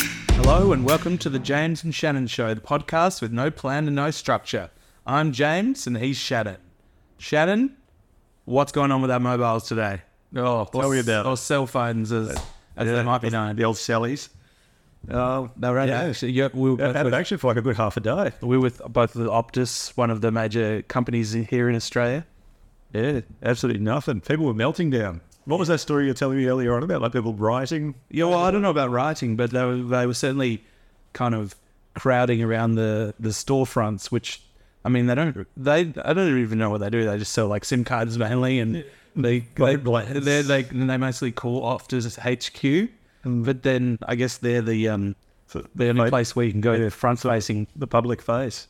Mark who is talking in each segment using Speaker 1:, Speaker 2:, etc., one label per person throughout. Speaker 1: Hello and welcome to the James and Shannon Show, the podcast with no plan and no structure. I'm James and he's Shannon. Shannon, what's going on with our mobiles today? Oh,
Speaker 2: Tell
Speaker 1: or,
Speaker 2: me about it.
Speaker 1: or cell phones as, as they might be known.
Speaker 2: The old Sally's. Um,
Speaker 1: No, right.
Speaker 2: Yeah.
Speaker 1: So, Oh, yeah, we were
Speaker 2: that
Speaker 1: both
Speaker 2: happened
Speaker 1: with,
Speaker 2: actually for like a good half a day.
Speaker 1: we were with both the Optus, one of the major companies here in Australia.
Speaker 2: Yeah, absolutely nothing. People were melting down. What was that story you were telling me earlier on about like people rioting?
Speaker 1: Yeah, well, I don't know about writing, but they were, they were certainly kind of crowding around the, the storefronts, which, I mean, they don't, they, I don't even know what they do. They just sell like SIM cards mainly and they, they,
Speaker 2: Phone plans.
Speaker 1: they're- they, they mostly call off to just HQ. But then I guess they're the, um, the only
Speaker 2: Like,
Speaker 1: place where you can go to front facing.
Speaker 2: the public face.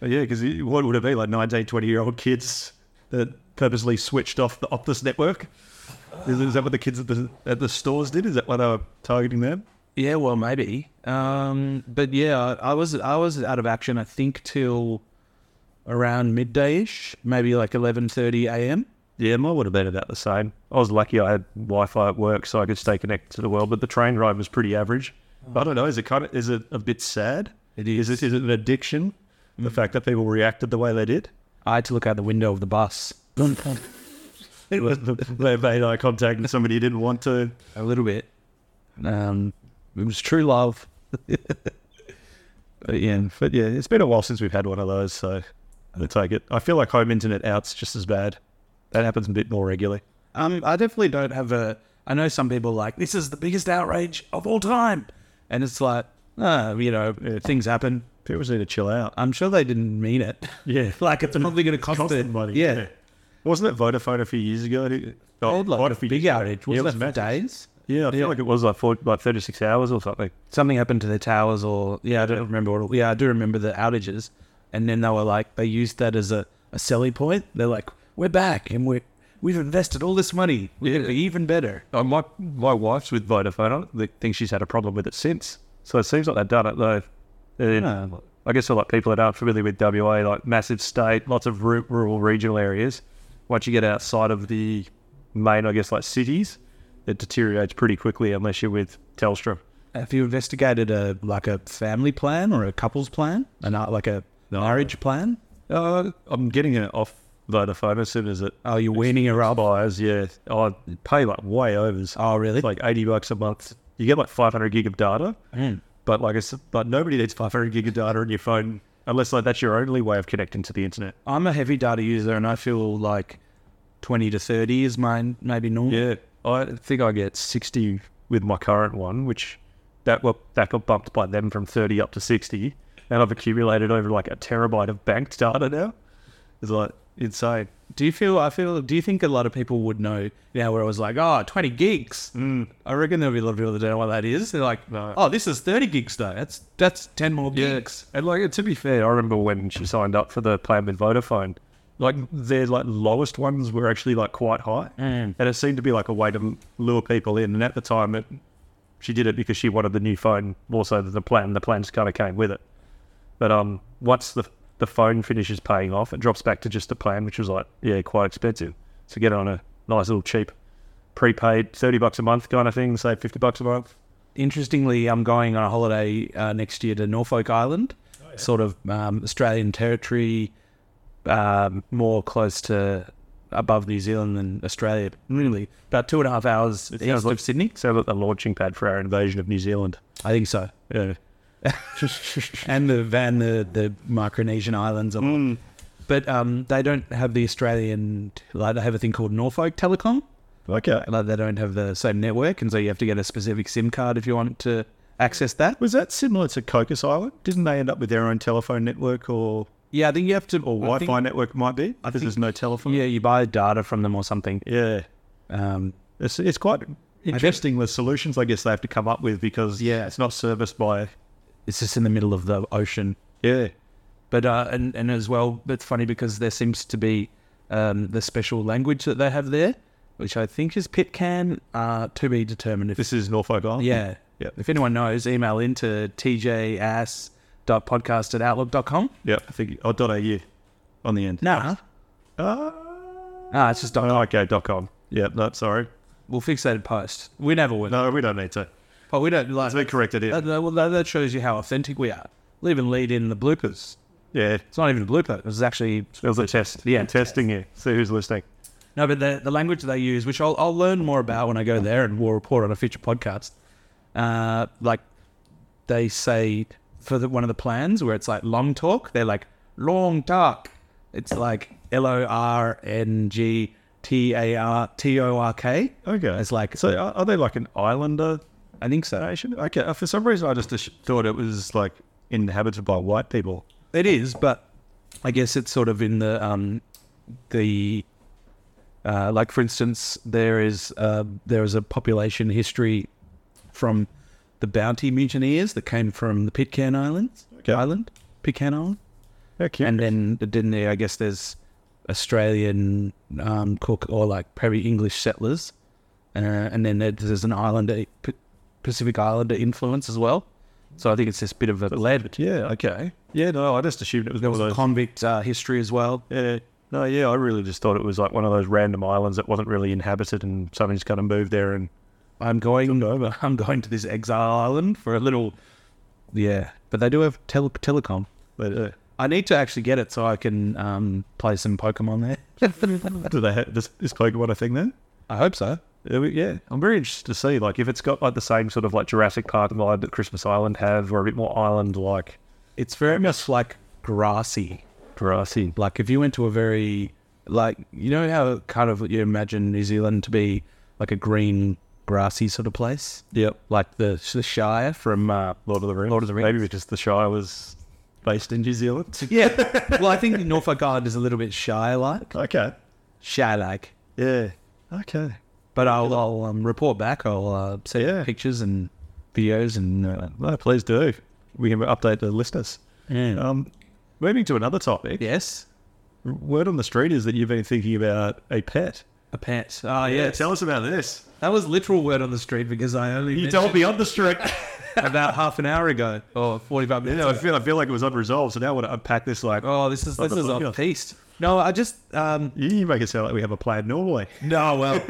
Speaker 2: But yeah, because what would it be like 19, 20 year old kids that purposely switched off the Optus network? Is, is that what the kids at the at the stores did? Is that why they were targeting them?
Speaker 1: Yeah, well, maybe. Um, but yeah, I, I was, I was out of action, I think till around midday ish, maybe like 11.30 AM.
Speaker 2: Yeah, mine would have been about the same. I was lucky I had Wi-Fi at work, so I could stay connected to the world. But the train ride was pretty average. I don't know. Is it kind of is it a bit sad?
Speaker 1: It
Speaker 2: Is Mm. it is it an addiction? The fact that people reacted the way they did.
Speaker 1: I had to look out the window of the bus. a
Speaker 2: It was they made eye contact with somebody who didn't want to.
Speaker 1: little bit. Um, it was true love. but yeah,
Speaker 2: But yeah, it's been a while since we've had one of those, so I take it. I feel like home internet out's just as bad. That happens a bit more regularly.
Speaker 1: um, I definitely don't have a. I know some people are like this is the biggest outrage of all time, and it's like, ah, you know, things happen.
Speaker 2: People just need to chill out.
Speaker 1: I'm sure they didn't mean it.
Speaker 2: Yeah,
Speaker 1: like it's probably going to cost,
Speaker 2: cost
Speaker 1: them
Speaker 2: them money,
Speaker 1: Yeah,
Speaker 2: yeah. Wasn't it Vodafone a few years ago?
Speaker 1: They
Speaker 2: Oh,
Speaker 1: had, like
Speaker 2: quite
Speaker 1: a
Speaker 2: few
Speaker 1: big
Speaker 2: years ago.
Speaker 1: outage.
Speaker 2: Yeah,
Speaker 1: Was
Speaker 2: it
Speaker 1: that for
Speaker 2: massive.
Speaker 1: days?
Speaker 2: Yeah, I feel
Speaker 1: Yeah.
Speaker 2: like it was like, four, like 36 hours or something.
Speaker 1: something happened to their towers or yeah i don't remember what yeah i do remember the outages and then they were like they used that as a, a selling point they're like we're back and we're we've invested all this money we're gonna be even better
Speaker 2: Oh, my my wife's with Vodafone. I don't think she's had a problem with it since. So it seems like they've done it though. And
Speaker 1: No.
Speaker 2: I guess for like people that aren't familiar with WA, like massive state, lots of ru- rural regional areas. Once you get outside of the main, I guess like cities, it deteriorates pretty quickly unless you're with Telstra.
Speaker 1: have you investigated a like a family plan or a couples plan and not like a
Speaker 2: Uh-huh.
Speaker 1: marriage plan
Speaker 2: Uh, I'm getting it off Vodafone as soon as it
Speaker 1: oh you're weaning her up
Speaker 2: expires. Yeah, I pay like way overs.
Speaker 1: oh really
Speaker 2: It's like eighty bucks a month. You get like 500 gig of data.
Speaker 1: Mm.
Speaker 2: But like I said, but nobody needs 500 gig of data in your phone unless like that's your only way of connecting to the internet.
Speaker 1: i'm a heavy data user and i feel like 20 to 30 is mine maybe normal
Speaker 2: Yeah, I think I get 60 with my current one, which that well, that got bumped by them from 30 up to 60, and I've accumulated over like a terabyte of banked data now. It's like insane.
Speaker 1: Do you feel? I feel. Do you think a lot of people would know now? Where I was like, oh, 20 gigs. Mm. I reckon there'll be a lot of people that don't know what that is. They're like,
Speaker 2: No.
Speaker 1: oh, this is 30 gigs though. That's that's 10 more gigs.
Speaker 2: And like to be fair, I remember when she signed up for the plan with Vodafone, like their like lowest ones were actually like quite high,
Speaker 1: Mm.
Speaker 2: and it seemed to be like a way to lure people in. And at the time, it she did it because she wanted the new phone more so than the plan. The plans kind of came with it. But um, once the the phone finishes paying off, it drops back to just the plan, which was like yeah, quite expensive. So get on a nice little cheap prepaid, thirty bucks a month kind of thing. Say fifty bucks a month.
Speaker 1: Interestingly, I'm going on a holiday uh, next year to Norfolk Island,
Speaker 2: Oh,
Speaker 1: sort of um, Australian territory, um, more close to above New Zealand than Australia. Really, about two and a half hours east
Speaker 2: sounds like-
Speaker 1: of Sydney.
Speaker 2: So like the launching pad for our invasion of New Zealand.
Speaker 1: I think so.
Speaker 2: Yeah.
Speaker 1: and the van the the Micronesian islands. and all.
Speaker 2: Mm.
Speaker 1: But um, they don't have the Australian like they have a thing called Norfolk Telecom.
Speaker 2: Okay.
Speaker 1: Like they don't have the same network, and so you have to get a specific SIM card if you want to access that.
Speaker 2: Was that similar to Cocos Island? Didn't they end up with their own telephone network or,
Speaker 1: Yeah, I think you have to
Speaker 2: or
Speaker 1: I
Speaker 2: Wi
Speaker 1: think-
Speaker 2: Fi network might be? Because there's no telephone.
Speaker 1: Yeah, you buy data from them or something.
Speaker 2: Yeah.
Speaker 1: Um,
Speaker 2: It's, it's quite interesting the solutions I guess they have to come up with because
Speaker 1: Yeah.
Speaker 2: it's not serviced by.
Speaker 1: it's just in the middle of the ocean.
Speaker 2: Yeah.
Speaker 1: But uh, and and as well, it's funny because there seems to be um, the special language that they have there, which I think is Pitcairn. Uh, to be determined if
Speaker 2: This is Norfolk Island.
Speaker 1: Yeah.
Speaker 2: Yep.
Speaker 1: If anyone knows, email in to tjass.podcast at outlook.com.
Speaker 2: Yeah. I think. Oh, dot au on the end.
Speaker 1: Nah.
Speaker 2: Ah.
Speaker 1: Nah, it's just dot
Speaker 2: oh, okay. Dot com. Yeah. No, sorry.
Speaker 1: We'll fix that in post. We never would.
Speaker 2: No, we don't need to.
Speaker 1: But we don't like
Speaker 3: It's been corrected
Speaker 1: that,
Speaker 3: in.
Speaker 1: that- well, that, that shows you how authentic we are. We'll even lead in the bloopers.
Speaker 3: Yeah.
Speaker 1: It's not even a blooper. It's actually
Speaker 3: It was a test. Yeah, testing you. See who's listening.
Speaker 1: no, but the, the language they use, which I'll, I'll learn more about when I go there and we'll report on a future podcast. Uh, like they say for the, one of the plans where it's like long talk, they're like long talk. It's like L O R N G T A R T O R K.
Speaker 3: Okay.
Speaker 1: It's like-
Speaker 3: so are, are they like an islander
Speaker 1: I think so.
Speaker 3: nation? Okay. uh, For some reason, I just ass- thought it was like inhabited by white people.
Speaker 1: It is, but I guess it's sort of in the um, the uh, like for instance, there is uh, there is a population history from the bounty mutineers that came from the Pitcairn Islands,
Speaker 3: Okay.
Speaker 1: Island, Pitcairn Island,
Speaker 3: Okay.
Speaker 1: and then didn't there? I guess there's Australian um, Cook or like probably English settlers, uh, and then there- there's an islander P- Pacific Islander influence as well. So I think it's this bit of a lead.
Speaker 3: yeah. Okay. Yeah. No, I just assumed it was
Speaker 1: There
Speaker 3: one of
Speaker 1: was
Speaker 3: those.
Speaker 1: convict uh, history as well.
Speaker 3: yeah. No. Yeah. I really just thought it was like one of those random islands that wasn't really inhabited, and someone just kind of moved there and
Speaker 1: I'm going over. I'm going to this exile island for a little. Yeah, but they do have tele- telecom.
Speaker 3: they, uh,
Speaker 1: I need to actually get it so I can um, play some Pokemon there.
Speaker 3: do they have this, is Pokemon a thing then?
Speaker 1: I hope so.
Speaker 3: Yeah, we- yeah, I'm very interested to see like if it's got like the same sort of like Jurassic Park vibe that Christmas Island have, or a bit more island like
Speaker 1: It's very much like grassy.
Speaker 3: grassy.
Speaker 1: Like if you went to a very like you know how kind of you imagine New Zealand to be like a green grassy sort of place,
Speaker 3: Yep,
Speaker 1: like the, the Shire from uh,
Speaker 3: Lord of the Rings.
Speaker 1: Lord of the Rings.
Speaker 3: Maybe because the Shire was based in New Zealand.
Speaker 1: yeah. well, I think Norfolk Island is a little bit Shire like
Speaker 3: Okay.
Speaker 1: Shire like.
Speaker 3: Yeah. Okay.
Speaker 1: But I'll, I'll um, report back. I'll uh, send
Speaker 3: Yeah.
Speaker 1: pictures and videos and uh,
Speaker 3: No, please do. We can update the listeners. Um, moving to another topic.
Speaker 1: oh, yes,
Speaker 3: Word on the street is that you've been thinking about a pet.
Speaker 1: a pet. Oh yeah,
Speaker 3: us about this.
Speaker 1: that was literal word on the street because I only
Speaker 3: You
Speaker 1: mentioned
Speaker 3: told me on the street.
Speaker 1: it about half an hour ago or forty five
Speaker 3: you
Speaker 1: minutes.
Speaker 3: know, I
Speaker 1: ago.
Speaker 3: feel I feel like it was unresolved. So now I want to unpack this. Like,
Speaker 1: Oh, this is
Speaker 3: On
Speaker 1: this
Speaker 3: the
Speaker 1: is a
Speaker 3: podcast.
Speaker 1: feast. No, I just um,
Speaker 3: you- you make it sound like we have a plan normally.
Speaker 1: no. Well,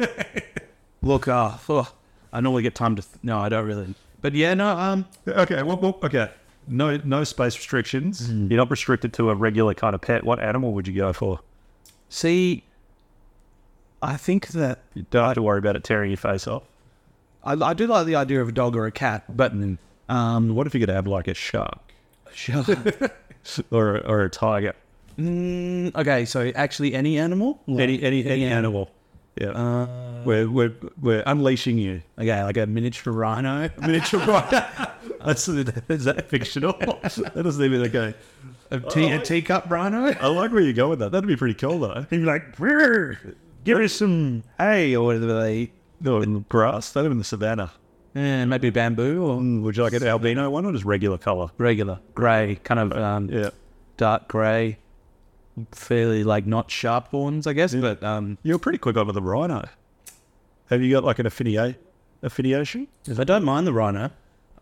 Speaker 1: look, uh, oh, I normally get time to. Th- no, I don't really. But yeah, no. Um,
Speaker 3: Okay. Well, well, okay. No, no space restrictions. You're not restricted to a regular kind of pet. What animal would you go for?
Speaker 1: see, I think that
Speaker 3: You don't have to worry about it tearing your face off.
Speaker 1: I, I do like the idea of a dog or a cat, but um,
Speaker 3: What if you could have like a shark
Speaker 1: sure.
Speaker 3: or a- or a tiger?
Speaker 1: Mm, okay, so actually, any animal,
Speaker 3: Any any any animal. Yeah. we're, we're we're unleashing you.
Speaker 1: Okay, like a miniature rhino,
Speaker 3: Miniature right. That's is that fictional? that doesn't even okay.
Speaker 1: a, tea, a teacup rhino.
Speaker 3: I like where you go with that. That'd be pretty cool though.
Speaker 1: He'd be like, "Brrr, give me some hay or whatever they eat,
Speaker 3: No, in the grass. That in the savannah.
Speaker 1: and maybe bamboo or
Speaker 3: Would you like an albino one or just regular color?
Speaker 1: regular grey, kind of um,
Speaker 3: Yeah.
Speaker 1: dark grey, fairly like not sharp horns, I guess. But um,
Speaker 3: You're pretty quick onto the rhino. Have you got like an affinia- affiliation?
Speaker 1: I don't mind the rhino.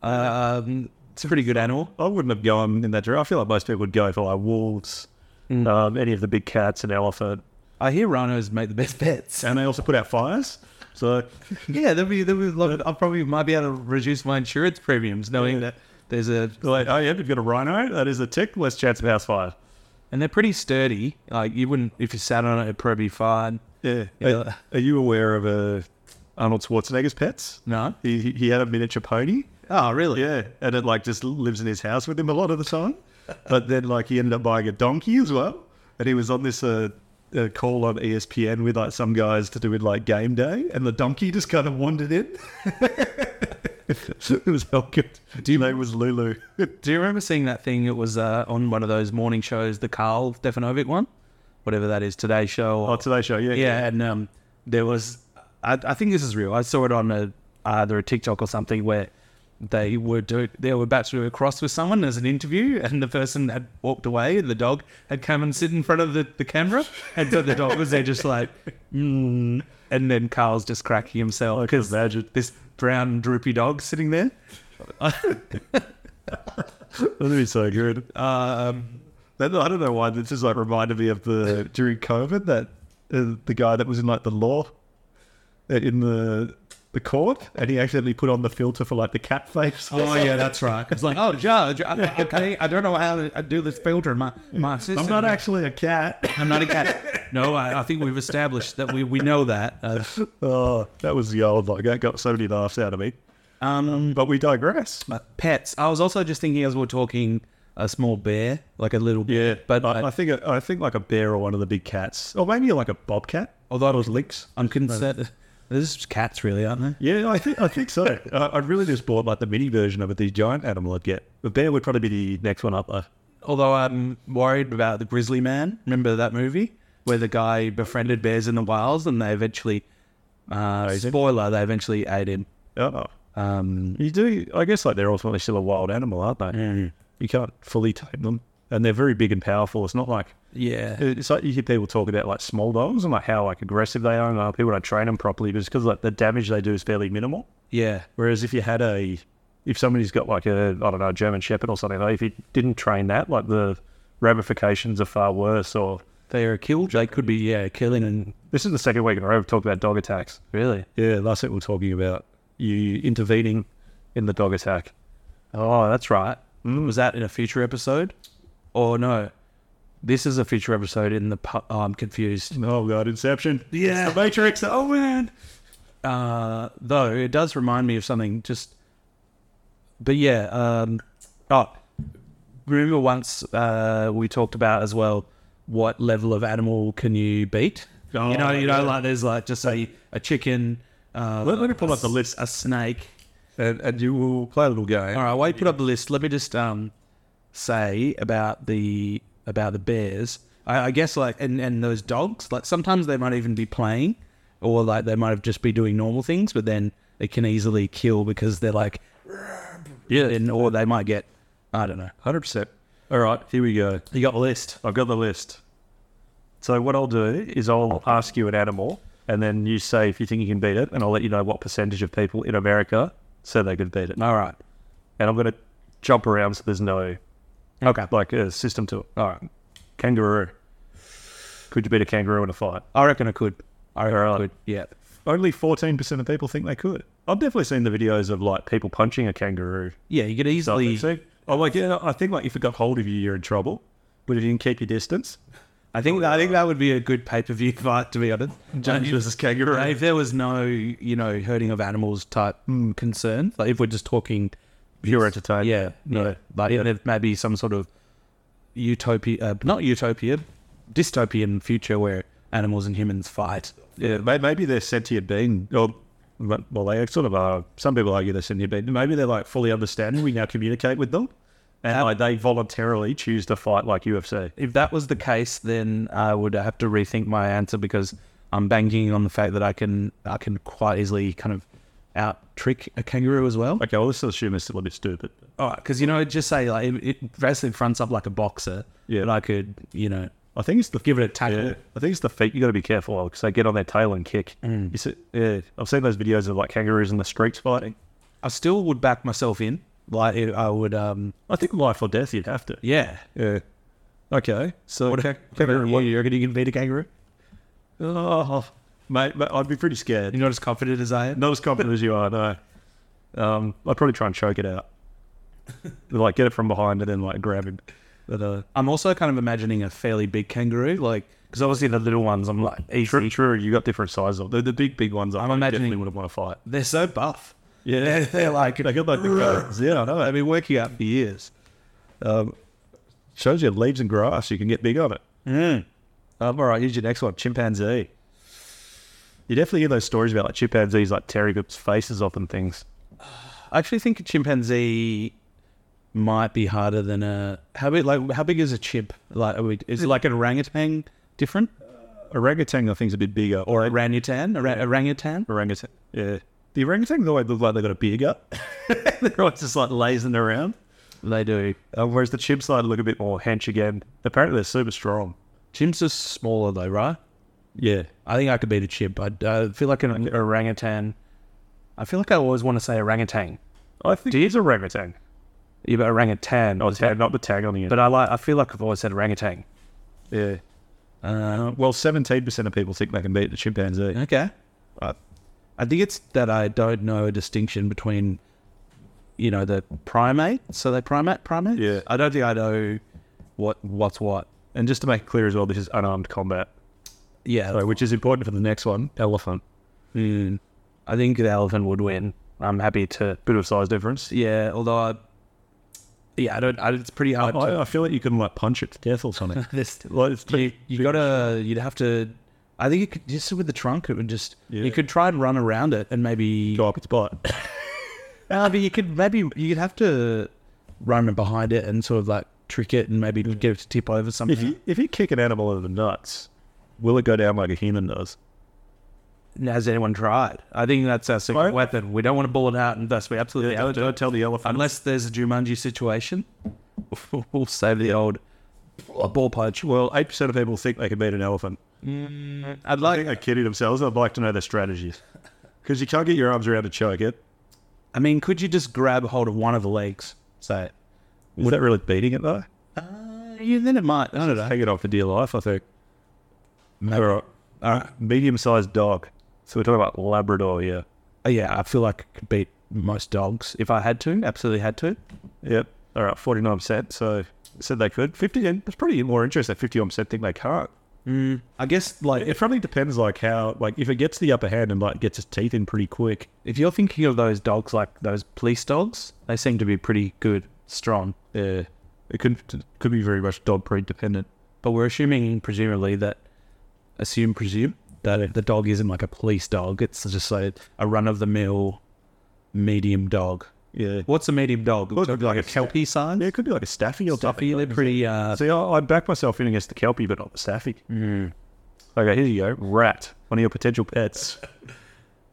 Speaker 1: Um, it's a pretty good animal.
Speaker 3: I wouldn't have gone in that direction. I feel like most people would go for like wolves, um, any of the big cats, an elephant,
Speaker 1: I hear rhinos make the best pets.
Speaker 3: and they also put out fires. So
Speaker 1: Yeah, there'll be there'll be. a lot- I'll probably might be able to reduce my insurance premiums knowing that there's a
Speaker 3: like, oh yeah, you've got a rhino. That is a tick. Less chance of house fire.
Speaker 1: and they're pretty sturdy. Like you wouldn't if you sat on it, it'd probably be fine.
Speaker 3: Yeah.
Speaker 1: Yeah.
Speaker 3: Are, are you aware of uh, Arnold Schwarzenegger's pets?
Speaker 1: No.
Speaker 3: He he- he had a miniature pony.
Speaker 1: Oh, really?
Speaker 3: Yeah, and it like just lives in his house with him a lot of the time. But then like he ended up buying a donkey as well, and he was on this uh, uh, call on ESPN with like some guys to do with like game day, and the donkey just kind of wandered in. it was not good. Do you name was Lulu?
Speaker 1: Do you remember seeing that thing? It was uh, on one of those morning shows, the Carl Stefanovic one, whatever that is, Today Show.
Speaker 3: oh, Today Show. Yeah,
Speaker 1: yeah, and um, there was, I, I think this is real. I saw it on a either a TikTok or something where they were do they were about to do a cross with someone as an interview, and the person had walked away, and the dog had come and sit in front of the, the camera, and so the dog was there just like, mm. and then Carl's just cracking himself because this brown droopy dog sitting there.
Speaker 3: that'd be so good.
Speaker 1: Um,
Speaker 3: That, I don't know why this just like reminded me of the during COVID that uh, the guy that was in like the law uh, in the
Speaker 2: the court, and he accidentally put on the filter for like the cat face.
Speaker 1: Oh yeah, that's right. It's like, oh judge, I, okay, I don't know how to I do this filter in my my system.
Speaker 2: I'm not actually a cat.
Speaker 1: I'm not a cat. No, I, I think we've established that we we know that. Uh,
Speaker 2: Oh, that was the old like that got so many laughs out of me.
Speaker 1: um,
Speaker 2: But we digress.
Speaker 1: uh, pets. I was also just thinking as we are talking a small bear, like a little but
Speaker 2: I,
Speaker 1: I,
Speaker 2: I think I think like a bear or one of the big cats, or maybe like a bobcat.
Speaker 1: although it was licks, I'm concerned. This is cats, really, aren't they?
Speaker 2: Yeah, I think I think so. I, I'd really just bought like the mini version of it, the giant animal I'd get. The bear would probably be the next one up there.
Speaker 1: Although I'm worried about the Grizzly Man. Remember that movie where the guy befriended bears in the wilds and they eventually, uh,
Speaker 2: Ate him?
Speaker 1: spoiler, they eventually ate him.
Speaker 2: Oh,
Speaker 1: Um,
Speaker 2: you do. I guess like they're ultimately still a wild animal, aren't they? You can't fully tame them, and they're very big and powerful. It's not like
Speaker 1: yeah.
Speaker 2: it's like you hear people talk about like small dogs and like how like aggressive they are, and like, people don't train them properly, but it's because like the damage they do is fairly minimal.
Speaker 1: Yeah.
Speaker 2: Whereas if you had a, if somebody's got like a, I don't know, German Shepherd or something, like if you didn't train that, like the ramifications are far worse. Or
Speaker 1: They are killed. They could be, yeah, killing and.
Speaker 2: this is the second week in a row we've talked about dog attacks.
Speaker 1: Really?
Speaker 2: Yeah, last week we were talking about you intervening in the dog attack.
Speaker 1: Oh, that's right. Was that in a future episode? Or no? This is a future episode in the. Pu- oh, I'm confused.
Speaker 2: Oh god, Inception.
Speaker 1: Yeah.
Speaker 2: Matrix. Oh man.
Speaker 1: Uh, though it does remind me of something. Just, but yeah. Um, oh, remember once uh, we talked about as well what level of animal can you beat?
Speaker 2: Oh,
Speaker 1: you know, you know,
Speaker 2: yeah.
Speaker 1: like there's like just a a chicken. Uh,
Speaker 2: Let- let me pull
Speaker 1: a
Speaker 2: up the
Speaker 1: s-
Speaker 2: list.
Speaker 1: A snake.
Speaker 2: And, and you will play a little game.
Speaker 1: All right, while you put up the list, let me just um, say about the about the bears. I, I guess like and, and those dogs. Like sometimes they might even be playing, or like they might have just be doing normal things, but then they can easily kill because they're like, yeah, and or they might get, I don't know.
Speaker 2: Hundred percent. All right, here we go.
Speaker 1: You got the list.
Speaker 2: I've got the list. So what I'll do is I'll ask you an animal, and then you say if you think you can beat it, and I'll let you know what percentage of people in America said they could beat it.
Speaker 1: All right.
Speaker 2: And I'm going to jump around so there's no
Speaker 1: Okay.
Speaker 2: like a system to it.
Speaker 1: All right.
Speaker 2: Kangaroo. Could you beat a kangaroo in a fight?
Speaker 1: I reckon I could. I reckon I
Speaker 2: Alright.
Speaker 1: could. Yeah.
Speaker 2: Only 14% of people think they could. I've definitely seen the videos of like people punching a kangaroo.
Speaker 1: Yeah. You could easily.
Speaker 2: So, I'm like, yeah, I think like if it got hold of you, you're in trouble. But if you can keep your distance,
Speaker 1: I think I think that would be a good pay per view fight, to be honest.
Speaker 2: James versus kangaroo.
Speaker 1: Uh, if there was no, you know, herding of animals type concern, like if we're just talking,
Speaker 2: you're entertained.
Speaker 1: yeah, no, like and if maybe some sort of utopia, uh, not utopia, dystopian future where animals and humans fight.
Speaker 2: Yeah, may- maybe they're sentient being, or well, they sort of are. Some people argue they're sentient being. Maybe they're like fully understanding. We now communicate with them, and like, they voluntarily choose to fight like UFC.
Speaker 1: If that was the case, then I would have to rethink my answer because I'm banking on the fact that I can I can quite easily kind of out trick a kangaroo as well.
Speaker 2: Okay, well, this assume it's a little bit stupid.
Speaker 1: All right, because you know, just say like it, it wrestling fronts up like a boxer,
Speaker 2: Yeah.
Speaker 1: and I could you know
Speaker 2: I think it's the
Speaker 1: give it a tackle.
Speaker 2: Yeah, I think it's the feet. You got to be careful because they get on their tail and kick.
Speaker 1: Mm.
Speaker 2: You see, yeah, I've seen those videos of like kangaroos in the streets fighting.
Speaker 1: I still would back myself in. Like it, I would, um,
Speaker 2: I think life or death, you'd have to.
Speaker 1: yeah.
Speaker 2: Yeah. Okay. So
Speaker 1: What,
Speaker 2: kang-
Speaker 1: about you? You reckon you can beat a kangaroo?
Speaker 2: Oh, mate, mate, I'd be pretty scared.
Speaker 1: You're not as confident as I am.
Speaker 2: Not as confident as you are, no. Um, I'd probably try and choke it out. like get it from behind and then like grab him. But uh,
Speaker 1: I'm also kind of imagining a fairly big kangaroo, like because obviously the little ones, I'm like
Speaker 2: true,
Speaker 1: easy.
Speaker 2: true, you got different sizes of the, the big big ones. I
Speaker 1: I'm
Speaker 2: probably
Speaker 1: imagining-
Speaker 2: definitely wouldn't want to fight.
Speaker 1: They're so buff.
Speaker 2: Yeah,
Speaker 1: They're, they're like
Speaker 2: they got like the guns. Yeah, I know.
Speaker 1: I've
Speaker 2: It
Speaker 1: been working out for years.
Speaker 3: Um,
Speaker 2: shows you leaves and grass. You can get big on it.
Speaker 3: Mm.
Speaker 2: Um, all right, here's your next one. Chimpanzee. You definitely hear those stories about like chimpanzees like tearing people's faces off and things.
Speaker 1: I actually think a chimpanzee might be harder than a how big like how big is a chimp? Like are we, is it like an orangutan different?
Speaker 2: Orangutan, I think, is a bit bigger. Or a
Speaker 1: Orangutan, Orang- orangutan.
Speaker 2: orangutan. Yeah. The orangutan always look like they got a beer gut. They're always just like lazing around.
Speaker 1: They do.
Speaker 2: Um, whereas the chimp side look a bit more hench again. Apparently they're super strong.
Speaker 1: Chimps are smaller though, right?
Speaker 2: Yeah.
Speaker 1: I think I could beat a chimp. I, I feel like an orangutan. I feel like I always want to say orangutan.
Speaker 2: I think it is orangutan.
Speaker 1: Yeah, but orangutan.
Speaker 2: Oh, tag, not the tag on the end.
Speaker 1: But I like. I feel like I've always said orangutan.
Speaker 2: yeah.
Speaker 1: Uh,
Speaker 2: Well, 17% of people think they can beat the chimpanzee.
Speaker 1: okay.
Speaker 2: I,
Speaker 1: I think it's that I don't know a distinction between, you know, the primate. So they primate primates.
Speaker 3: Yeah.
Speaker 1: I don't think I know what what's what.
Speaker 3: And just to make it clear as well, this is unarmed combat,
Speaker 1: Yeah.
Speaker 3: so, which is important for the next one. Elephant,
Speaker 1: Mm. I think the elephant would win. I'm happy to.
Speaker 3: bit of size difference.
Speaker 1: Yeah. Although I. Yeah, I don't. I, it's pretty hard. to,
Speaker 3: I, I feel like you couldn't like punch it to death or something.
Speaker 1: this
Speaker 3: Like, it's
Speaker 1: you,
Speaker 3: pretty-
Speaker 1: you gotta you'd have to i think you could just with the trunk it would just you could try and run around it and maybe
Speaker 3: go up its butt.
Speaker 1: uh, but you could maybe you'd have to run behind it and sort of like trick it and maybe get it to tip over something
Speaker 3: If you if you kick an animal in the nuts, will it go down like a human does?
Speaker 1: has anyone tried i think that's our secret
Speaker 3: Right.
Speaker 1: weapon we don't want to bullet out and thus we absolutely have to
Speaker 3: tell the elephant.
Speaker 1: unless there's a jumanji situation we'll save the old ball punch
Speaker 3: well, eight percent of people think they can beat an elephant.
Speaker 1: i'd
Speaker 3: I think
Speaker 1: like
Speaker 3: they're kidding themselves. I'd like to know their strategies because you can't get your arms around to choke it.
Speaker 1: i mean could you just grab hold of one of the legs say
Speaker 3: Is that really beating it though?
Speaker 1: you Uh, then it might i don't know
Speaker 3: Hang it off for dear life, I think. All right. All right. Medium sized dog. So we're talking about Labrador here.
Speaker 1: Uh, yeah, I feel like I could beat most dogs if I had to. Absolutely had to.
Speaker 3: Yep. All right. 49%. So said they could. 50 and That's pretty more interesting. 51% think they can't.
Speaker 1: I guess like
Speaker 3: It
Speaker 1: if,
Speaker 3: probably depends, like, how, like, if it gets the upper hand and, like, gets its teeth in pretty quick.
Speaker 1: if you're thinking of those dogs like those police dogs, they seem to be pretty good, strong.
Speaker 3: Yeah. It could could be very much dog breed dependent.
Speaker 1: But we're assuming, presumably, that assume presume that the dog isn't like a police dog. It's just like a run of the mill medium dog.
Speaker 3: Yeah.
Speaker 1: What's a medium dog?
Speaker 3: Well, it could be like a
Speaker 1: Kelpie size.
Speaker 3: Yeah, it could be like a staffy or something.
Speaker 1: Stuffy. They're pretty. Uh,
Speaker 3: See, I, I back myself in against the Kelpie, but not the Staffy.
Speaker 1: Hmm.
Speaker 3: Okay, here you go. Rat, one of your potential pets.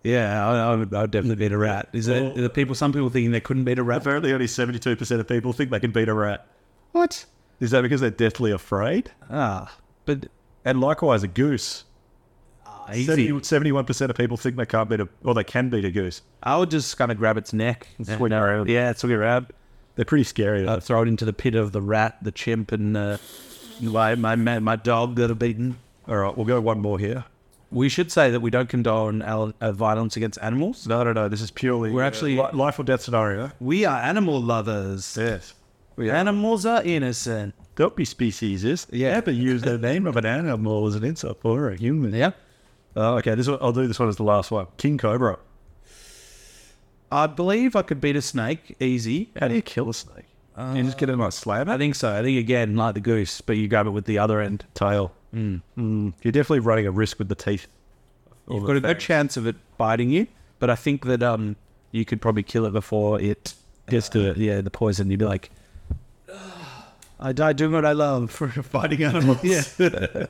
Speaker 1: yeah, I, I would, I would definitely beat a rat. Is there
Speaker 3: Well-
Speaker 1: are the people? Some people thinking they couldn't beat a rat.
Speaker 3: Apparently, only 72% of people think they can beat a rat.
Speaker 1: What?
Speaker 3: Is that because they're deathly afraid?
Speaker 1: Ah, but
Speaker 3: And likewise, a goose.
Speaker 1: ah, easy.
Speaker 3: 70, 71% of people think they can't beat a, or they can beat a goose.
Speaker 1: I would just kind of grab its neck, and
Speaker 3: swing it
Speaker 1: uh,
Speaker 3: around.
Speaker 1: Yeah, swing it around.
Speaker 3: They're pretty scary.
Speaker 1: Uh, throw it into the pit of the rat, the chimp, and uh, my, my my my dog that are beaten.
Speaker 3: All right, we'll go one more here.
Speaker 1: We should say that we don't condone al- uh, violence against animals.
Speaker 3: No, no, no. This is purely uh,
Speaker 1: We're actually-
Speaker 3: li- life or death scenario.
Speaker 1: We are animal lovers.
Speaker 3: Yes.
Speaker 1: Animals are innocent.
Speaker 3: Don't be speciesist.
Speaker 1: Yeah.
Speaker 3: Never use the name of an animal as an insult or a human.
Speaker 1: Yeah,
Speaker 3: Oh, okay, this one, I'll do this one as the last one. King Cobra.
Speaker 1: I believe I could beat a snake easy.
Speaker 3: How do you kill a snake? you just get it like slam
Speaker 1: I
Speaker 3: it?
Speaker 1: think so. I think again, like the goose, but you grab it with the other end.
Speaker 3: Tail. Mm. You're definitely running a risk with the teeth.
Speaker 1: You've got a no chance of it biting you, but I think that um you could probably kill it before it gets to it. Yeah, the poison. You'd be like, I die doing what I love for fighting animals. yeah.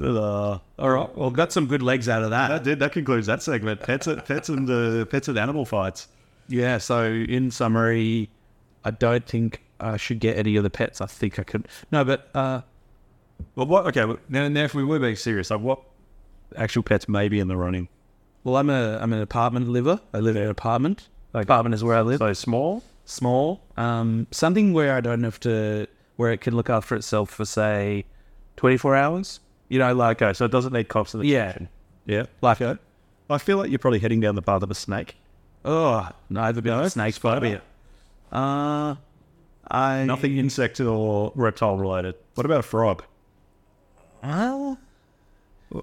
Speaker 3: Uh,
Speaker 1: All right. Well, got some good legs out of that.
Speaker 3: did, that concludes that segment. Pets, pets and uh, pets and animal fights.
Speaker 1: Yeah. So in summary, I don't think I should get any of the pets. I think I could. No, but uh,
Speaker 3: Well, what? Okay, well, now, now if we were being serious, like what actual pets may be in the running?
Speaker 1: well, I'm a I'm an apartment liver. I live in an apartment. Apartment is where I live.
Speaker 3: So small.
Speaker 1: small. Um, something where I don't have to, where it can look after itself for say, twenty four hours. You know, like
Speaker 3: Okay, so it doesn't need constant
Speaker 1: Yeah.
Speaker 3: attention. Yeah.
Speaker 1: like
Speaker 3: Okay. I feel like you're probably heading down the path of a snake.
Speaker 1: oh, no, I've been a snake phobia. Uh, I
Speaker 3: Nothing insect or reptile related. What about a frog?
Speaker 1: Well,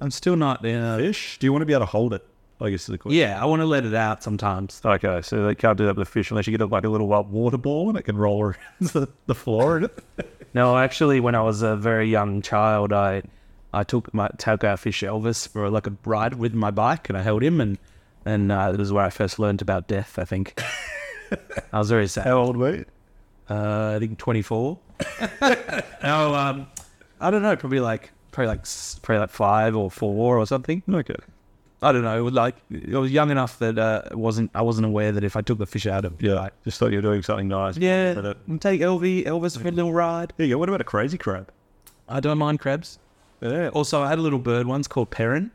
Speaker 1: I'm still not. You know,
Speaker 3: Fish? Do you want to be able to hold it? I guess is the question.
Speaker 1: yeah, I want to let it out sometimes.
Speaker 3: Okay, so they can't do that with a fish unless you get it like a little uh, water ball and it can roll around the, the floor. And
Speaker 1: No, actually, when I was a very young child, I I took my took our fish Elvis for like a ride with my bike, and I held him, and and uh, it was where I first learned about death. I think I was very sad.
Speaker 3: How old were you?
Speaker 1: Uh, I think 24. no, um, I don't know. Probably like probably like s- probably like five or four or something.
Speaker 3: Okay.
Speaker 1: I don't know. it was Like I was young enough that uh, it wasn't I wasn't aware that if I took the fish out of
Speaker 3: Yeah, just thought you were doing something nice. But,
Speaker 1: yeah,
Speaker 3: uh,
Speaker 1: take Elvie Elvis for a little ride.
Speaker 3: Here you go. What about a crazy crab?
Speaker 1: I don't mind crabs.
Speaker 3: Yeah.
Speaker 1: Also, I had a little bird once called Perrin.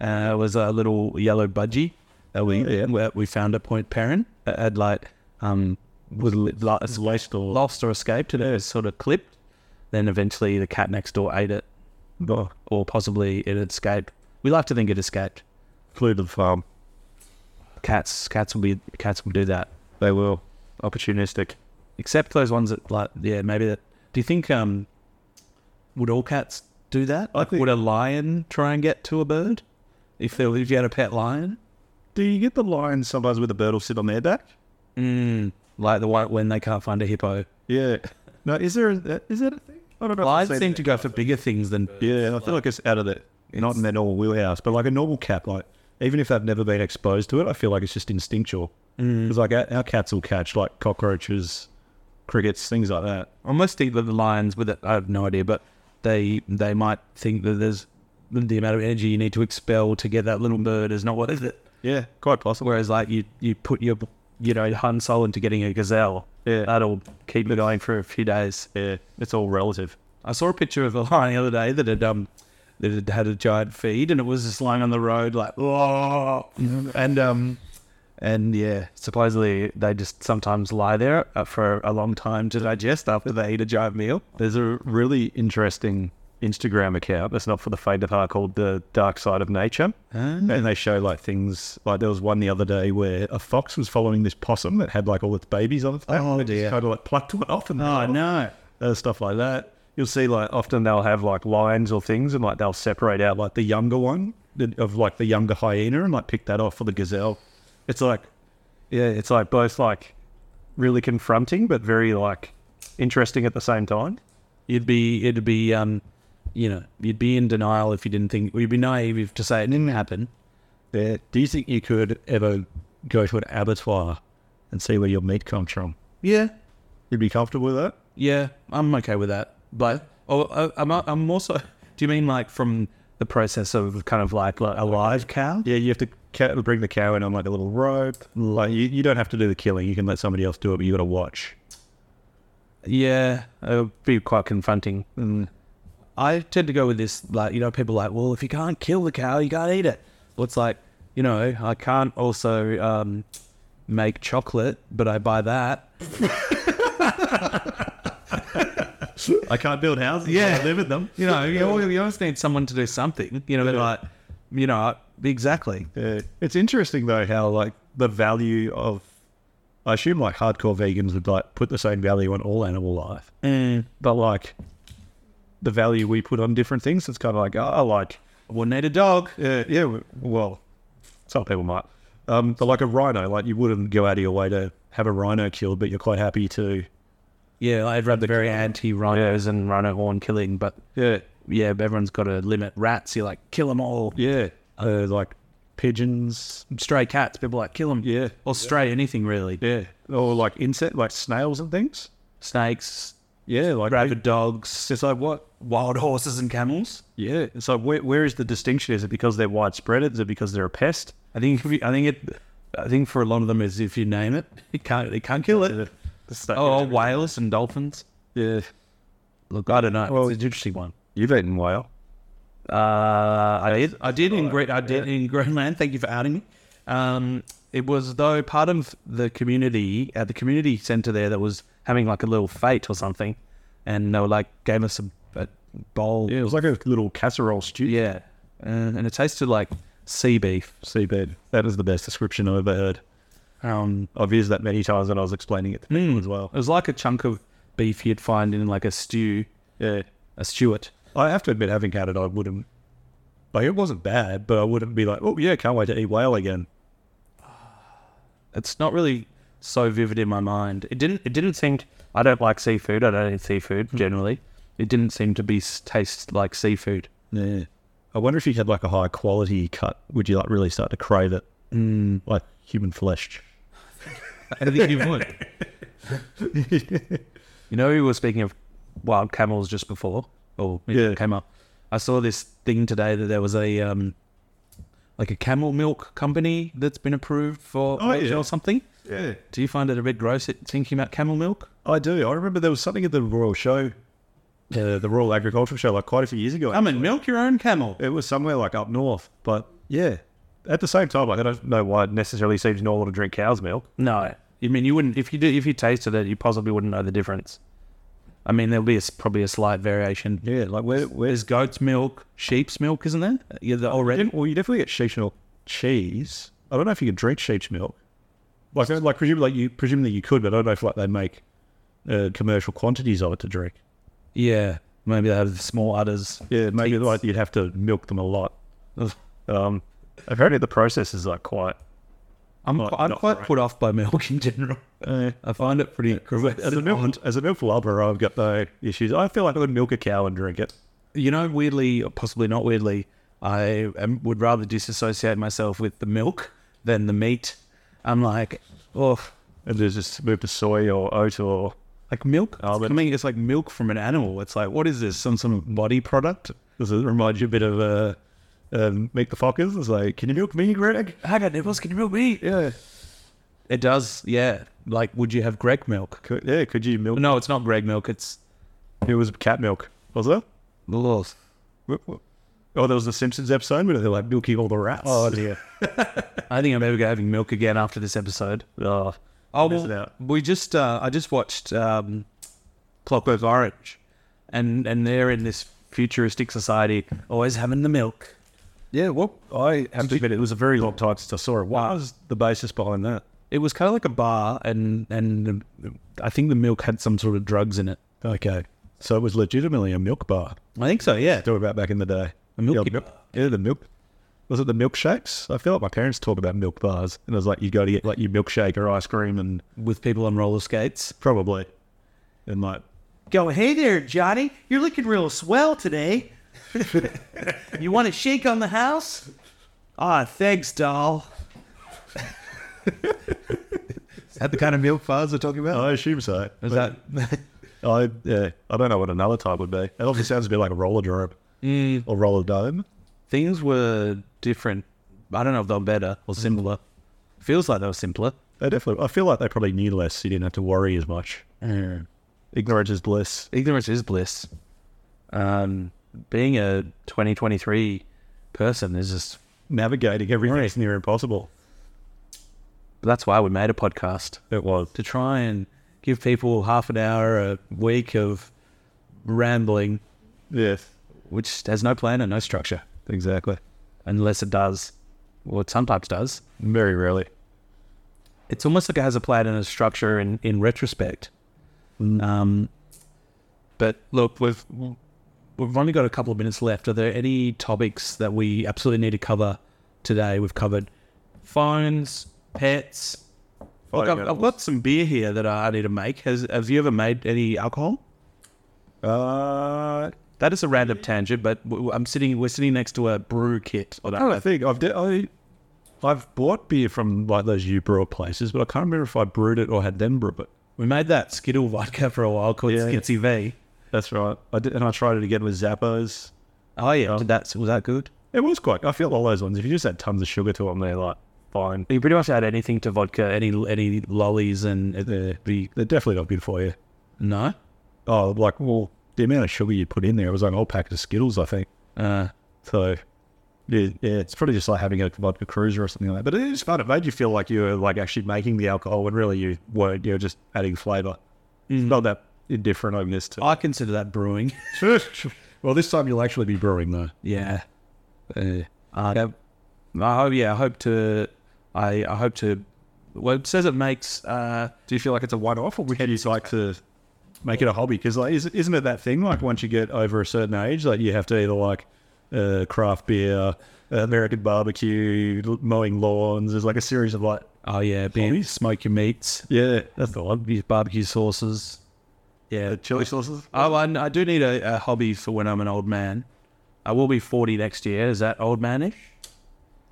Speaker 1: Uh, it was a little yellow budgie that we
Speaker 3: Oh, yeah.
Speaker 1: where we found at Point Perrin. It had like um was li- like
Speaker 3: It's laced or
Speaker 1: lost or escaped and it was sort of clipped. Then eventually the cat next door ate it,
Speaker 3: oh,
Speaker 1: or possibly it escaped. We like to think it escaped.
Speaker 3: flew to the farm.
Speaker 1: Cats, cats will be cats will do that.
Speaker 3: They will. Opportunistic.
Speaker 1: Except those ones that like, yeah, maybe that. Do you think um, would all cats do that? Like,
Speaker 3: think-
Speaker 1: would a lion try and get to a bird if there if you had a pet lion?
Speaker 3: Do you get the lion sometimes with a bird will sit on their back?
Speaker 1: Mm, like the white when they can't find a hippo.
Speaker 3: Yeah. No, is there? A, is that a thing? I don't know. if I've
Speaker 1: Lions
Speaker 3: seen
Speaker 1: seem
Speaker 3: that.
Speaker 1: to go for bigger things than birds.
Speaker 3: Yeah, and I feel like it's out of the not in their normal wheelhouse, but like a normal cat, like even if they've never been exposed to it, I feel like it's just instinctual. Because like our, our cats will catch like cockroaches, crickets, things like that.
Speaker 1: I must think that the lions with it. I have no idea, but they they might think that there's the amount of energy you need to expel to get that little bird is not worth it.
Speaker 3: Yeah, quite possible.
Speaker 1: Whereas like you you put your you know hun soul into getting a gazelle,
Speaker 3: Yeah.
Speaker 1: that'll keep it going for a few days.
Speaker 3: Yeah, it's all relative.
Speaker 1: I saw a picture of a lion the other day that had um that had had a giant feed and it was just lying on the road like "Whoa." and um and yeah supposedly they just sometimes lie there uh, for a long time to digest after they eat a giant meal.
Speaker 3: There's a really interesting Instagram account that's not for the faint of heart called The Dark Side of Nature. And they show like things like there was one the other day where a fox was following this possum that had like all its babies on its back.
Speaker 1: Oh,
Speaker 3: It just
Speaker 1: dear.
Speaker 3: Kind of like plucked one off and
Speaker 1: Oh no.
Speaker 3: uh, stuff like that. You'll see like often they'll have like lions or things, and like they'll separate out like the younger one the- of like the younger hyena, and like pick that off for the gazelle. It's like, yeah, it's like both like really confronting, but very like interesting at the same time.
Speaker 1: You'd be, it'd be, um, you know, you'd be in denial if you didn't think, or you'd be naive if to say it didn't happen.
Speaker 3: Yeah. Do you think you could ever go to an abattoir and see where your meat comes from?
Speaker 1: Yeah,
Speaker 3: You'd be comfortable with that?
Speaker 1: yeah, I'm okay with that. But oh, uh, I'm, I'm also. Do you mean like from the process of kind of like, like a live cow?
Speaker 3: Yeah, you have to ca- bring the cow in on like a little rope. Like you, you don't have to do the killing. You can let somebody else do it, but you got to watch.
Speaker 1: Yeah, it would be quite confronting. I tend to go with this, like, you know, people are like, well, if you can't kill the cow, you can't eat it. Well, it's like, you know, I can't also um, make chocolate, but I buy that.
Speaker 3: I can't build houses.
Speaker 1: Yeah.
Speaker 3: I live in them.
Speaker 1: You know, you always, you always need someone to do something. You know, they're like, you know, I- exactly.
Speaker 3: Yeah. It's interesting though how like the value of I assume like hardcore vegans would like put the same value on all animal life. But like the value we put on different things, it's kind of like oh like
Speaker 1: We'll need a dog.
Speaker 3: yeah, yeah w- well some people might. Um, but like a rhino, like you wouldn't go out of your way to have a rhino killed, but you're quite happy to.
Speaker 1: Yeah, I'd rather very anti rhinos and rhino horn killing, but
Speaker 3: Yeah,
Speaker 1: yeah, everyone's got to limit rats. You're like, kill them all.
Speaker 3: yeah. Uh, like pigeons,
Speaker 1: Stray cats, people are like, kill them.
Speaker 3: Yeah.
Speaker 1: Or stray anything, really.
Speaker 3: yeah, or like insect, like snails and things.
Speaker 1: Snakes,
Speaker 3: Yeah, like
Speaker 1: rabid dogs,
Speaker 3: It's like what
Speaker 1: wild horses, and camels.
Speaker 3: Yeah. So where, where is the distinction? Is it because they're widespread? Is it because they're a pest?
Speaker 1: I think, if you, I think it, I think for a lot of them is if you name it, it can't, it can't kill it. Oh, whales and dolphins.
Speaker 3: yeah.
Speaker 1: Look, I don't know. Well, it's an interesting one.
Speaker 3: You've eaten whale.
Speaker 1: Uh, I did. I did in Gre- I did in Greenland. Thank you for outing me. Um, it was though part of the community at the community center there that was having like a little fete or something, and they were like gave us a, a bowl.
Speaker 3: Yeah, it was like a little casserole stew.
Speaker 1: Yeah. Uh, and it tasted like sea beef.
Speaker 3: Seabed. That is the best description I've ever heard.
Speaker 1: Um,
Speaker 3: I've used that many times when I was explaining it to people as well.
Speaker 1: It was like a chunk of beef you'd find in like a stew,
Speaker 3: Yeah.
Speaker 1: a stewart.
Speaker 3: I have to admit, having had it, I wouldn't. Like, it wasn't bad, but I wouldn't be like, oh, yeah, can't wait to eat whale again.
Speaker 1: It's not really so vivid in my mind. It didn't. It didn't seem. I don't like seafood. I don't eat seafood generally. It didn't seem to be s- taste like seafood.
Speaker 3: Yeah. I wonder if you had like a high quality cut, would you like really start to crave it? Mm. Like human flesh.
Speaker 1: I think you would. you know, we were speaking of wild camels just before, or it
Speaker 3: Yeah.
Speaker 1: came up. I saw this thing today that there was a um, like a camel milk company that's been approved for
Speaker 3: Oh,
Speaker 1: milk
Speaker 3: yeah.
Speaker 1: or something.
Speaker 3: Yeah.
Speaker 1: Do you find it a bit gross at thinking about camel milk?
Speaker 3: I do. I remember there was something at the Royal Show, uh, the Royal Agricultural Show, like quite a few years ago.
Speaker 1: Come and milk your own camel.
Speaker 3: it was somewhere like up north, but yeah. At the same time, like, I don't know why it necessarily seems normal to drink cow's milk.
Speaker 1: No, I mean you wouldn't. If you did, if you tasted it, you possibly wouldn't know the difference. I mean, there'll be a s probably a slight variation.
Speaker 3: Yeah, like where,
Speaker 1: There's
Speaker 3: where's
Speaker 1: goat's milk, sheep's milk, isn't there? Yeah, the already.
Speaker 3: well, you definitely get sheep's milk cheese, I don't know if you can drink sheep's milk. Like, like presumably, like you presumably you could, but I don't know if like they make uh, commercial quantities of it to drink.
Speaker 4: Yeah, maybe they have small udders.
Speaker 3: Yeah, maybe
Speaker 4: Teats.
Speaker 3: like you'd have to milk them a lot.
Speaker 2: Um, apparently, the process is like quite.
Speaker 4: I'm,
Speaker 2: Not-
Speaker 4: qu- I'm
Speaker 2: not
Speaker 4: quite
Speaker 2: great.
Speaker 4: put off by milk in general. I find it pretty correct.
Speaker 3: As a milk, as a milk lover, I've got no issues. I feel like I would milk a cow and drink it.
Speaker 4: You know, weirdly, or possibly not weirdly, I am, would rather disassociate myself with the milk than the meat. I'm like, oh,
Speaker 2: And there's just move to soy or oat or.
Speaker 4: like milk.
Speaker 2: Oh, but-
Speaker 4: I mean, it's like milk from an animal. It's like, what is this? Some sort of body product?
Speaker 3: Does it remind you a bit of uh, um, Meet the Fockers? It's like, can you milk me, Greg?
Speaker 4: I got nipples. Can you milk me?
Speaker 3: Yeah,
Speaker 4: It does. Yeah. Like, would you have Greg milk?
Speaker 3: could, yeah. Could you milk?
Speaker 4: No, it's not Greg milk. It's
Speaker 3: It was cat milk, was it?
Speaker 4: Lilith.
Speaker 3: Wh- wh- Oh, there was the Simpsons episode where they're like milking all the rats.
Speaker 4: Oh dear. I think I'm ever having milk again after this episode.
Speaker 2: Oh,
Speaker 4: Oh,
Speaker 2: Miss it
Speaker 4: well,
Speaker 2: out.
Speaker 4: we just uh, I just watched um, Clockwork Orange, and and they're in this futuristic society, always having the milk.
Speaker 3: yeah. Well, I have to admit it was a very long time since I saw it. What was the basis behind that?
Speaker 4: It was kind of like a bar, and and I think the milk had some sort of drugs in it.
Speaker 3: Okay, so it was legitimately a milk bar.
Speaker 4: I think so. Yeah,
Speaker 3: Talk about back in the day.
Speaker 4: A milk
Speaker 3: yeah, milk, yeah, the milk. Was it the milkshakes? I feel like my parents talk about milk bars, and it was like you go to get like your milkshake or ice cream, and
Speaker 4: with people on roller skates.
Speaker 3: probably, and like
Speaker 1: go, hey there, Johnny, you're looking real swell today. you want a shake on the house? Ah, thanks, doll.
Speaker 4: Had the kind of milk bars we're talking about.
Speaker 3: oh, I assume so.
Speaker 4: Is that
Speaker 3: I yeah, I don't know what another type would be. It obviously sounds a bit like a roller dome or roller dome.
Speaker 4: things were different? I don't know if they're better or similar. Feels like they were simpler.
Speaker 3: They definitely. I feel like they probably knew less. You didn't have to worry as much.
Speaker 4: Mm.
Speaker 3: Ignorance is bliss.
Speaker 4: ignorance is bliss. Um, being a 2023 person is just
Speaker 3: Navigating everything is near impossible.
Speaker 4: that's why we made a podcast
Speaker 3: It was.
Speaker 4: to try and give people half an hour a week of rambling,
Speaker 3: Yes,
Speaker 4: which has no plan and no structure,
Speaker 3: exactly.
Speaker 4: unless it does. Well, it sometimes does.
Speaker 3: Very rarely.
Speaker 4: It's almost like it has a plan and a structure in, in retrospect.
Speaker 3: Mm.
Speaker 4: Um, but look, we've we've only got a couple of minutes left. Are there any topics that we absolutely need to cover today? We've covered phones, pets. Look, I've, I've got some beer here that I need to make. Has have you ever made any alcohol?
Speaker 3: Uh,
Speaker 4: That is a random tangent, but w- w- I'm sitting. We're sitting next to a brew kit. Or
Speaker 3: I don't think I've de- I, I've bought beer from like those you brew places, but I can't remember if I brewed it or had them brew it.
Speaker 4: We made that Skittle vodka for a while called
Speaker 3: Yeah.
Speaker 4: Skitsy V.
Speaker 3: That's right. I did, and I tried it again with Zappos.
Speaker 4: Oh yeah, Did that was that good?
Speaker 3: It was quite. I feel all those ones. If you just add tons of sugar to them, they're like fine.
Speaker 4: You pretty much add anything to vodka, any any lollies, and it'd be
Speaker 3: They're definitely not good for you.
Speaker 4: no.
Speaker 3: Oh, like well, the amount of sugar you put in there was like an whole packet of Skittles, I think.
Speaker 4: Uh,
Speaker 3: So yeah, yeah, it's probably just like having a vodka cruiser or something like that. But it is fun. It made you feel like you were like actually making the alcohol when really you weren't. You were just adding flavour. It's not that indifferent, I guess. To
Speaker 4: I consider that brewing.
Speaker 3: well, this time you'll actually be brewing though.
Speaker 4: yeah.
Speaker 3: Uh,
Speaker 4: Uh, I hope. Yeah, I hope to. I I hope to. Well, it says it makes. Uh,
Speaker 3: Do you feel like it's a one-off, or would you like to make it a hobby? Because like, is, isn't it that thing like once you get over a certain age, like you have to either like uh, craft beer, American barbecue, l- mowing lawns. There's like a series of like
Speaker 4: oh yeah, being, smoke your meats,
Speaker 3: yeah, that's the one.
Speaker 4: use barbecue sauces. Yeah.
Speaker 3: chili sauces.
Speaker 4: Oh, I, I do need a, a hobby for when I'm an old man. I will be 40 next year. Is that old manish?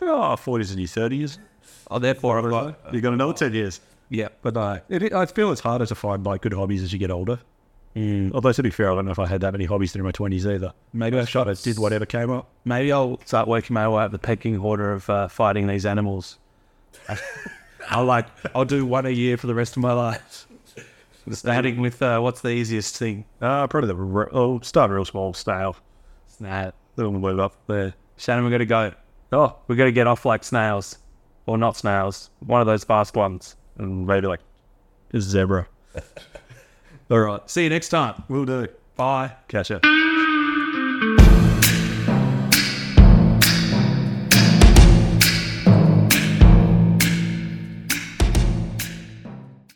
Speaker 3: Oh, 40s and your 30s.
Speaker 4: Oh, therefore I've got.
Speaker 3: You got another 10 years.
Speaker 4: Yeah.
Speaker 3: But no, it, it- I feel it's harder to find like good hobbies as you get older. Although to be fair, I don't know if I had that many hobbies through my 20s either.
Speaker 4: Maybe I
Speaker 3: Shot it, did whatever came up.
Speaker 4: Maybe I'll start working my way up the pecking order of uh, fighting these animals. I'll like I'll do one a year for the rest of my life. Starting with uh, what's the easiest thing?
Speaker 3: Uh, probably the re- oh, start real small, snail.
Speaker 4: Snail.
Speaker 3: Then we'll move up there.
Speaker 4: Shannon, we're gonna go. Oh, we're gonna get off like snails, or not snails. One of those fast ones.
Speaker 3: and maybe like a zebra. All right,
Speaker 4: See you next time.
Speaker 3: we'll do.
Speaker 4: Bye.
Speaker 3: Catch ya.